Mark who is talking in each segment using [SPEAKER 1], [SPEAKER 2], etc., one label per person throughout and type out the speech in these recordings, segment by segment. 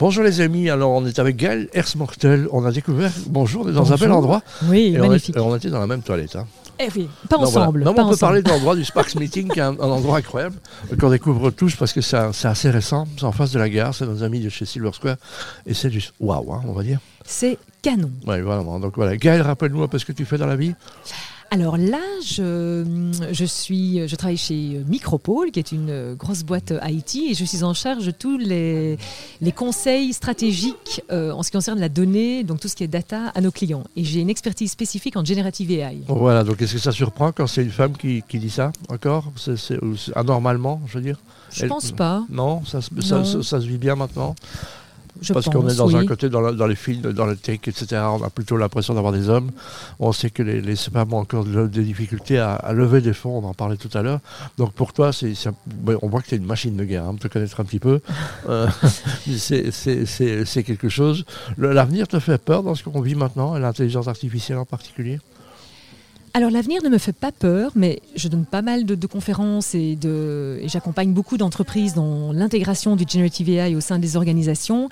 [SPEAKER 1] Bonjour les amis, alors on est avec Gaël Hersmortel, on a découvert, bonjour, on est dans un bel endroit.
[SPEAKER 2] Oui,
[SPEAKER 1] Et on,
[SPEAKER 2] magnifique.
[SPEAKER 1] est- on était dans la même toilette. hein.
[SPEAKER 2] Eh oui, pas
[SPEAKER 1] Non, voilà.
[SPEAKER 2] ensemble.
[SPEAKER 1] Non, mais
[SPEAKER 2] pas
[SPEAKER 1] on peut
[SPEAKER 2] ensemble.
[SPEAKER 1] parler de l'endroit du Sparks Meeting, qui est un, un endroit incroyable, euh, qu'on découvre tous parce que c'est un- c'est assez récent, c'est en face de la gare, c'est nos amis de chez Silver Square, et c'est juste waouh, hein, on va dire.
[SPEAKER 2] C'est canon.
[SPEAKER 1] Ouais, voilà, donc voilà. Gaël, rappelle-nous un peu ce que tu fais dans la vie.
[SPEAKER 2] Alors là, je, je, suis, je travaille chez Micropole, qui est une euh, grosse boîte IT, et je suis en charge de tous les, les conseils stratégiques euh, en ce qui concerne la donnée, donc tout ce qui est data, à nos clients. Et j'ai une expertise spécifique en Generative AI.
[SPEAKER 1] Voilà, donc est-ce que ça surprend quand c'est une femme qui, qui dit ça encore C'est- c'est- ou c'est anormalement, je veux dire
[SPEAKER 2] Je
[SPEAKER 1] Elle-
[SPEAKER 2] pense pas.
[SPEAKER 1] Non, ça, se- ça-
[SPEAKER 2] Non.
[SPEAKER 1] ça- ça se vit bien maintenant
[SPEAKER 2] Je
[SPEAKER 1] Parce
[SPEAKER 2] pense,
[SPEAKER 1] qu'on est dans
[SPEAKER 2] oui.
[SPEAKER 1] un côté, dans, la- dans les films, dans le tech, etc., on a plutôt l'impression d'avoir des hommes. On sait que les, les femmes ont encore de- des difficultés à, à lever des fonds, on en parlait tout à l'heure. Donc pour toi, c'est, c'est un- ben, on voit que tu es une machine de guerre, hein, pour te connaître un petit peu. Euh, c'est, c'est- c'est- c'est quelque chose. Le- l'avenir te fait peur dans ce qu'on vit maintenant, et l'intelligence artificielle en particulier
[SPEAKER 2] Alors l'avenir ne me fait pas peur, mais je donne pas mal de, de conférences et, de- et j'accompagne beaucoup d'entreprises dans l'intégration du Generative AI au sein des organisations.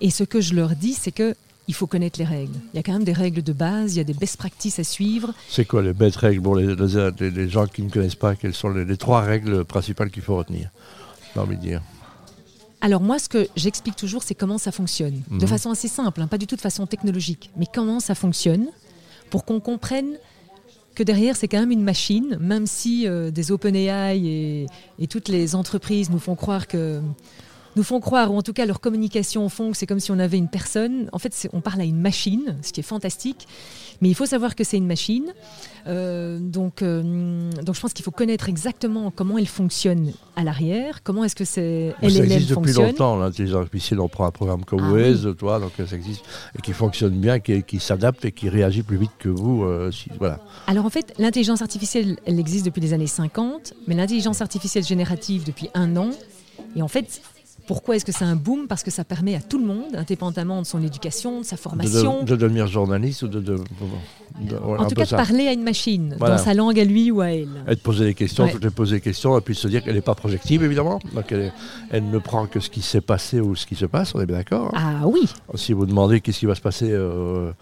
[SPEAKER 2] Et ce que je leur dis, c'est que il faut connaître les règles. Il y a quand même des règles de base, il y a des best practices à suivre.
[SPEAKER 1] C'est quoi les bêtes règles pour les, les- les- les gens qui ne connaissent pas Quelles sont les, les trois règles principales qu'il faut retenir J'ai envie de dire.
[SPEAKER 2] Alors moi, ce que j'explique toujours, c'est comment ça fonctionne. De
[SPEAKER 1] Mhm.
[SPEAKER 2] façon assez simple, hein, pas du tout de façon technologique, mais comment ça fonctionne pour qu'on comprenne que derrière, c'est quand même une machine, même si euh, des OpenAI et, et toutes les entreprises nous font croire que... Nous font croire, ou en tout cas leur communication font que c'est comme si on avait une personne. En fait, c'est- on parle à une machine, ce qui est fantastique. Mais il faut savoir que c'est une machine. Euh, donc, euh, donc je pense qu'il faut connaître exactement comment elle fonctionne à l'arrière, comment est-ce que c'est
[SPEAKER 1] ça
[SPEAKER 2] LLM
[SPEAKER 1] existe depuis
[SPEAKER 2] fonctionne.
[SPEAKER 1] longtemps, l'intelligence artificielle. On prend un programme comme
[SPEAKER 2] Ah
[SPEAKER 1] Waze, toi, donc euh, ça existe, et qui fonctionne bien, qui, qui s'adapte et qui réagit plus vite que vous. euh, si- voilà.
[SPEAKER 2] Alors en fait, l'intelligence artificielle, elle existe depuis les années 50, mais l'intelligence artificielle générative depuis un an. Et en fait, pourquoi est-ce que c'est un boom Parce que ça permet à tout le monde, indépendamment de son éducation, de sa
[SPEAKER 1] De,
[SPEAKER 2] formation,
[SPEAKER 1] de- de devenir journaliste ou de. de- de- voilà,
[SPEAKER 2] en
[SPEAKER 1] un
[SPEAKER 2] tout
[SPEAKER 1] peu
[SPEAKER 2] cas de
[SPEAKER 1] ça.
[SPEAKER 2] parler à une machine,
[SPEAKER 1] Voilà.
[SPEAKER 2] dans sa langue à lui ou à elle.
[SPEAKER 1] Elle te posait des questions,
[SPEAKER 2] Ouais.
[SPEAKER 1] tu te posais des questions, et puis se dire qu'elle n'est pas projective, évidemment. Donc elle, est- elle ne prend que ce qui s'est passé ou ce qui se passe, on est bien d'accord. hein.
[SPEAKER 2] Ah oui,
[SPEAKER 1] Si vous demandez qu'est-ce qui va se passer, euh, euh,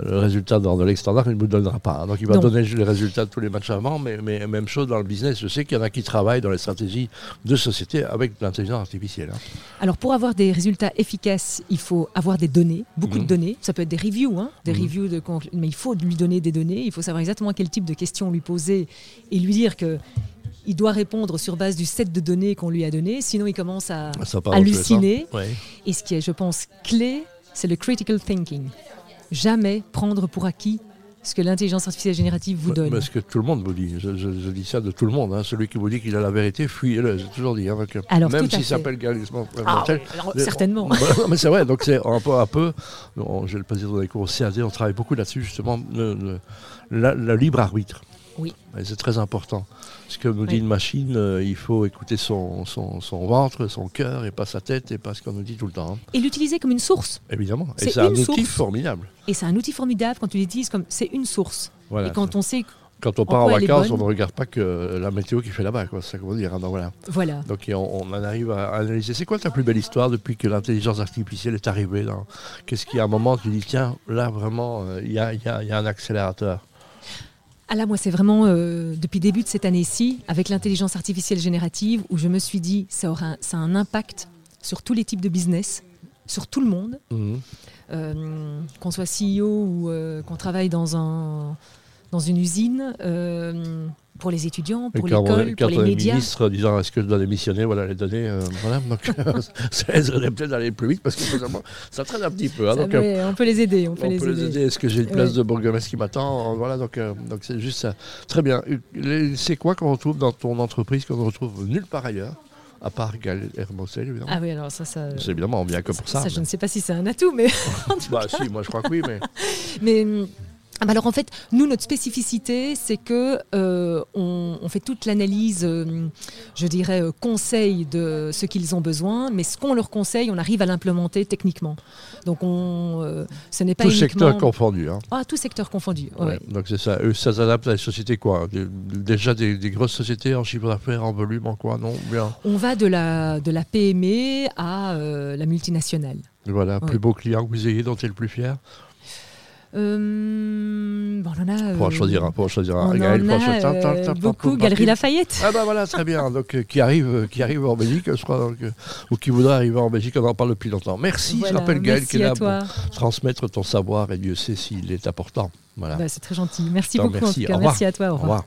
[SPEAKER 1] le résultat dans de l'ex-standard, il ne vous le donnera pas. hein. Donc il va
[SPEAKER 2] Non.
[SPEAKER 1] donner les résultats de tous les matchs avant, mais, mais même chose dans le business. Je sais qu'il y en a qui travaillent dans les stratégies de société avec l'intelligence artificielle. hein.
[SPEAKER 2] Alors pour avoir des résultats efficaces, il faut avoir des données, beaucoup
[SPEAKER 1] Mhm.
[SPEAKER 2] de données. Ça peut être des reviews, hein, des
[SPEAKER 1] Mhm.
[SPEAKER 2] reviews de conclu- mais il faut lui donner des données. Il faut savoir exactement quel type de questions lui poser et lui dire que il doit répondre sur base du set de données qu'on lui a donné. Sinon, il commence à
[SPEAKER 1] Ça part dans tous les sens.
[SPEAKER 2] halluciner.
[SPEAKER 1] Ouais.
[SPEAKER 2] Et ce qui est, je pense, clé, c'est le critical thinking. Jamais prendre pour acquis ce que l'intelligence artificielle générative vous donne.
[SPEAKER 1] Mais ce que tout le monde vous dit, je, je- je dis ça de tout le monde. hein. Celui qui vous dit qu'il a la vérité, fuyez-le. J'ai toujours dit. hein, donc,
[SPEAKER 2] Alors,
[SPEAKER 1] même
[SPEAKER 2] tout
[SPEAKER 1] s'il
[SPEAKER 2] à fait.
[SPEAKER 1] s'appelle Gary Smith,
[SPEAKER 2] Ah
[SPEAKER 1] tel,
[SPEAKER 2] oui, alors,
[SPEAKER 1] Mais-
[SPEAKER 2] certainement.
[SPEAKER 1] Bah, non, mais c'est vrai, donc c'est un peu, un peu on- j'ai le plaisir de donner des cours au CAD, on travaille beaucoup là-dessus justement, le, le- la- le libre arbitre.
[SPEAKER 2] Oui.
[SPEAKER 1] Et c'est très important. Ce que nous dit
[SPEAKER 2] Oui.
[SPEAKER 1] une machine, euh, il faut écouter son, son, son ventre, son cœur, et pas sa tête, et pas ce qu'on nous dit tout le temps, hein.
[SPEAKER 2] Et l'utiliser comme une source.
[SPEAKER 1] évidemment. Et
[SPEAKER 2] C'est
[SPEAKER 1] c'est un
[SPEAKER 2] une
[SPEAKER 1] outil
[SPEAKER 2] source.
[SPEAKER 1] formidable.
[SPEAKER 2] Et c'est un outil formidable quand tu l'utilises comme c'est une source.
[SPEAKER 1] Voilà.
[SPEAKER 2] et quand on sait, que-
[SPEAKER 1] Quand on part en
[SPEAKER 2] quoi elle est
[SPEAKER 1] vacances, on
[SPEAKER 2] bonne
[SPEAKER 1] ne regarde pas que la météo qui fait là-bas, quoi. C'est ça qu'on veut dire. hein. Donc, voilà.
[SPEAKER 2] voilà.
[SPEAKER 1] Donc et on, on en arrive à analyser. C'est quoi ta plus belle histoire depuis que l'intelligence artificielle est arrivée dans- Qu'est-ce qu'il y a un moment tu dis tiens là vraiment euh, il y, a, il y a- il y a un accélérateur.
[SPEAKER 2] Ah là, moi, c'est vraiment euh, depuis le début de cette année-ci, avec l'intelligence artificielle générative, où je me suis dit, ça aura un, ça a un impact sur tous les types de business, sur tout le monde, Euh, qu'on soit CEO ou euh, qu'on travaille dans, un, dans une usine, euh, pour les étudiants, pour
[SPEAKER 1] Et quand on,
[SPEAKER 2] l'école,
[SPEAKER 1] quand
[SPEAKER 2] pour les
[SPEAKER 1] on est
[SPEAKER 2] médias.
[SPEAKER 1] ministre disant est-ce que je dois démissionner voilà les données euh, voilà donc ça aiderait peut-être d'aller plus vite parce que finalement, ça traîne un petit peu. hein.
[SPEAKER 2] Ça,
[SPEAKER 1] donc, euh,
[SPEAKER 2] ouais, on peut les aider, on peut,
[SPEAKER 1] on
[SPEAKER 2] les,
[SPEAKER 1] peut
[SPEAKER 2] aider.
[SPEAKER 1] les aider. Est-ce que j'ai une place
[SPEAKER 2] Ouais.
[SPEAKER 1] de bourgmestre qui m'attend Voilà, donc euh, donc c'est juste ça. Très bien. Euh, les- C'est quoi qu'on retrouve dans ton entreprise qu'on ne retrouve nulle part ailleurs, à part Gal Hermosel, évidemment
[SPEAKER 2] Ah oui, alors ça, ça,
[SPEAKER 1] C'est évidemment, on vient que pour ça.
[SPEAKER 2] ça, je
[SPEAKER 1] mais-
[SPEAKER 2] ne sais pas si c'est un atout, mais,
[SPEAKER 1] Bah si, moi je crois que oui, mais
[SPEAKER 2] mais hum, Ah bah alors en fait, nous, notre spécificité, c'est que euh, on, on fait toute l'analyse, euh, je dirais, euh, conseil de ce qu'ils ont besoin, mais ce qu'on leur conseille, on arrive à l'implémenter techniquement. Donc on, euh, ce n'est pas
[SPEAKER 1] Tout
[SPEAKER 2] uniquement...
[SPEAKER 1] secteur confondu. hein.
[SPEAKER 2] Ah, tout secteur confondu. ouais,
[SPEAKER 1] Ouais,
[SPEAKER 2] ouais.
[SPEAKER 1] Donc c'est ça. Eux, ça s'adapte à des sociétés quoi Des- Déjà des, des grosses sociétés en chiffre d'affaires, en volume, en quoi Non, bien.
[SPEAKER 2] On va de la, de la PME à euh, la multinationale.
[SPEAKER 1] Voilà,
[SPEAKER 2] Ouais.
[SPEAKER 1] plus beau client que vous ayez, dont tu es le plus fier.
[SPEAKER 2] Euh, bon, on en a...
[SPEAKER 1] On pourra
[SPEAKER 2] euh,
[SPEAKER 1] choisir un, pour choisir
[SPEAKER 2] On
[SPEAKER 1] un.
[SPEAKER 2] en
[SPEAKER 1] Gaël, pour choisir- Tin,
[SPEAKER 2] a
[SPEAKER 1] tin,
[SPEAKER 2] euh,
[SPEAKER 1] tin, tin, tin,
[SPEAKER 2] beaucoup.
[SPEAKER 1] tin,
[SPEAKER 2] Galerie
[SPEAKER 1] tin.
[SPEAKER 2] Lafayette
[SPEAKER 1] Ah ben voilà, très bien. Donc euh, qui arrive, euh, qui arrive en Belgique, je crois, donc, euh, ou qui voudra arriver en Belgique, on en parle depuis longtemps. Merci. je
[SPEAKER 2] Voilà,
[SPEAKER 1] rappelle Gaël
[SPEAKER 2] merci
[SPEAKER 1] qui est là
[SPEAKER 2] à toi.
[SPEAKER 1] pour transmettre ton savoir et Dieu sait s'il est important. Voilà.
[SPEAKER 2] Bah, C'est très gentil. Merci
[SPEAKER 1] Non,
[SPEAKER 2] beaucoup en
[SPEAKER 1] merci.
[SPEAKER 2] tout
[SPEAKER 1] Au
[SPEAKER 2] cas.
[SPEAKER 1] revoir.
[SPEAKER 2] Merci à toi. Au
[SPEAKER 1] Au
[SPEAKER 2] revoir.
[SPEAKER 1] revoir.